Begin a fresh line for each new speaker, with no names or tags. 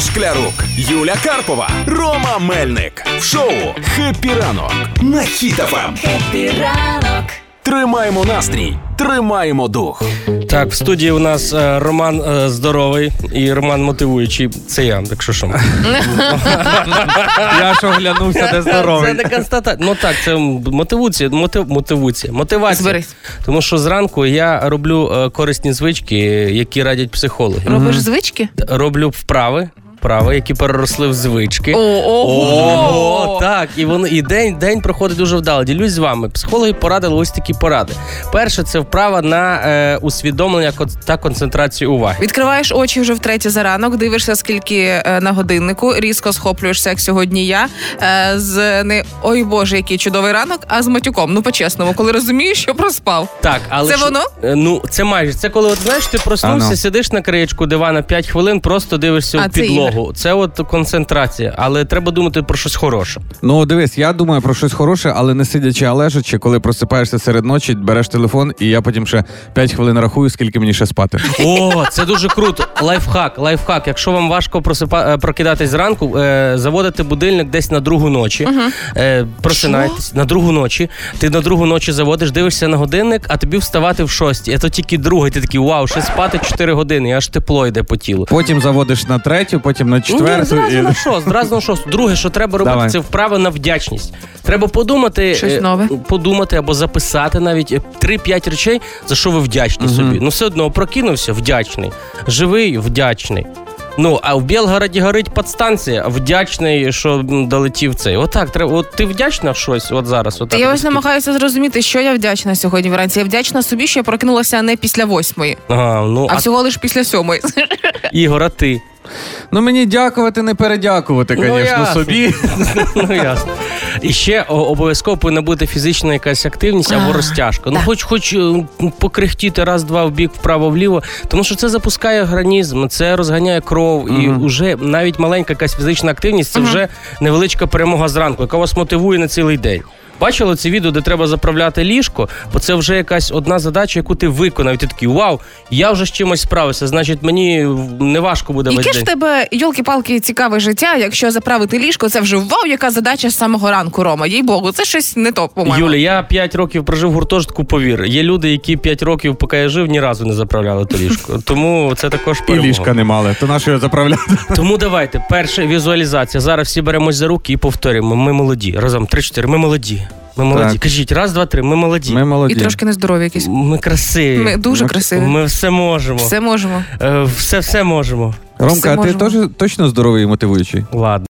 Шклярук, Юля Карпова, Рома Мельник в шоу «Хеппі ранок» на Хіт-ФМ.
Ранок.
Тримаємо настрій, тримаємо дух.
Так, в студії у нас е, Роман е, здоровий і Роман мотивуючий. Це я, так що що.
Я ж оглянувся, де здоровий.
Це не констатація. Ну так, це мотивуція, мотив, мотивуція, мотивація.
Зберись.
Тому що зранку я роблю е, корисні звички, які радять психологи.
Робиш звички?
Роблю вправи. Вправи, які переросли в звички.
О,
Ого,
ого!
так, і вони і день, день проходить дуже вдало. Ділюсь з вами. Психологи порадили ось такі поради. Перше, це вправа на е, усвідомлення кон- та концентрацію уваги.
Відкриваєш очі вже втретє за ранок, дивишся, скільки е, на годиннику, різко схоплюєшся, як сьогодні я. е, з не ой Боже, який чудовий ранок, а з матюком. Ну по-чесному, коли розумієш, що проспав.
Так, але
Це
що-
воно?
Е, Ну, це майже це коли от знаєш, ти проснувся,
Ано.
сидиш на краєчку дивана 5 хвилин, просто дивишся
А,
в
це
підлогу. Це, от концентрація, але треба думати про щось хороше.
Ну, дивись, я думаю про щось хороше, але не сидячи, а лежачи, коли просипаєшся серед ночі, береш телефон, і я потім ще 5 хвилин рахую, скільки мені ще спати.
О, це дуже круто. Лайфхак, лайфхак. Якщо вам важко просипа... е, прокидатись зранку, е, заводити будильник десь на другу ночі. Е, просинайтесь на другу ночі. Ти на другу ночі заводиш, дивишся на годинник, а тобі вставати в шостій. А то тільки друга, і ти такий вау, ще спати 4 години, і аж тепло йде по тілу.
Потім заводиш на третю, потім на
Ну, Ні,
четверту.
зразу
і...
на шост, зразу на шост. Друге, що треба робити,
Давай.
це вправи на вдячність. Треба подумати,
Щось
е,
нове.
подумати або записати навіть е, 3-5 речей, за що ви вдячні собі. Ну все одно прокинувся, вдячний. Живий, вдячний. Ну, а в Білгороді горить подстанція, вдячний, що м, долетів цей. Отак, треба. От ти вдячна в щось от зараз. Отак,
Та я
от
ось
скільки-
намагаюся зрозуміти, що я вдячна сьогодні вранці. Я вдячна собі, що я прокинулася не після восьмої,
Ага, ну,
а
а,
всього лиш після сьомої.
Ігор, а ти?
Ну мені дякувати, не передякувати,
Ну,
звісно,
ясно.
собі.
Ну ясно. І ще о, обов'язково повинна бути фізична якась активність або
А,
розтяжка. Ну,
так.
хоч хоч е, покрехтіти раз-два в бік, вправо-вліво, тому що це запускає організм, це розганяє кров, і вже навіть маленька якась фізична активність це вже невеличка перемога зранку, яка вас мотивує на цілий день. Бачили це відео, де треба заправляти ліжко, бо це вже якась одна задача, яку ти виконав. І ти такий вау, я вже з чимось справився. Значить, мені не важко буде весь
Яке ж в
день.
тебе йолки-палки цікаве життя, якщо заправити ліжко, це вже вау, яка задача з самого ранку, Рома. Їй богу, це щось не то, по-моєму.
Юля, я 5 років прожив в гуртожитку, повір. Є люди, які 5 років, поки я жив, ні разу не заправляли то ліжко. Тому це також
І
перемога.
ліжка не мали, то на що його заправляти?
Тому давайте, перша візуалізація. Зараз всі беремось за руки і повторюємо. Ми молоді. Разом 3-4. Ми молоді. Ми молоді.
Так.
Кажіть, раз, два, три, ми молоді.
Ми
Ми,
молоді.
І трошки нездорові якісь.
красиві.
Ми
Ми...
дуже
Ну,
красиві.
все можемо. Все,
Все можемо.
все, все можемо.
Ромка,
Все
а ти
можемо.
теж точно здоровий і мотивуючий?
Ладно.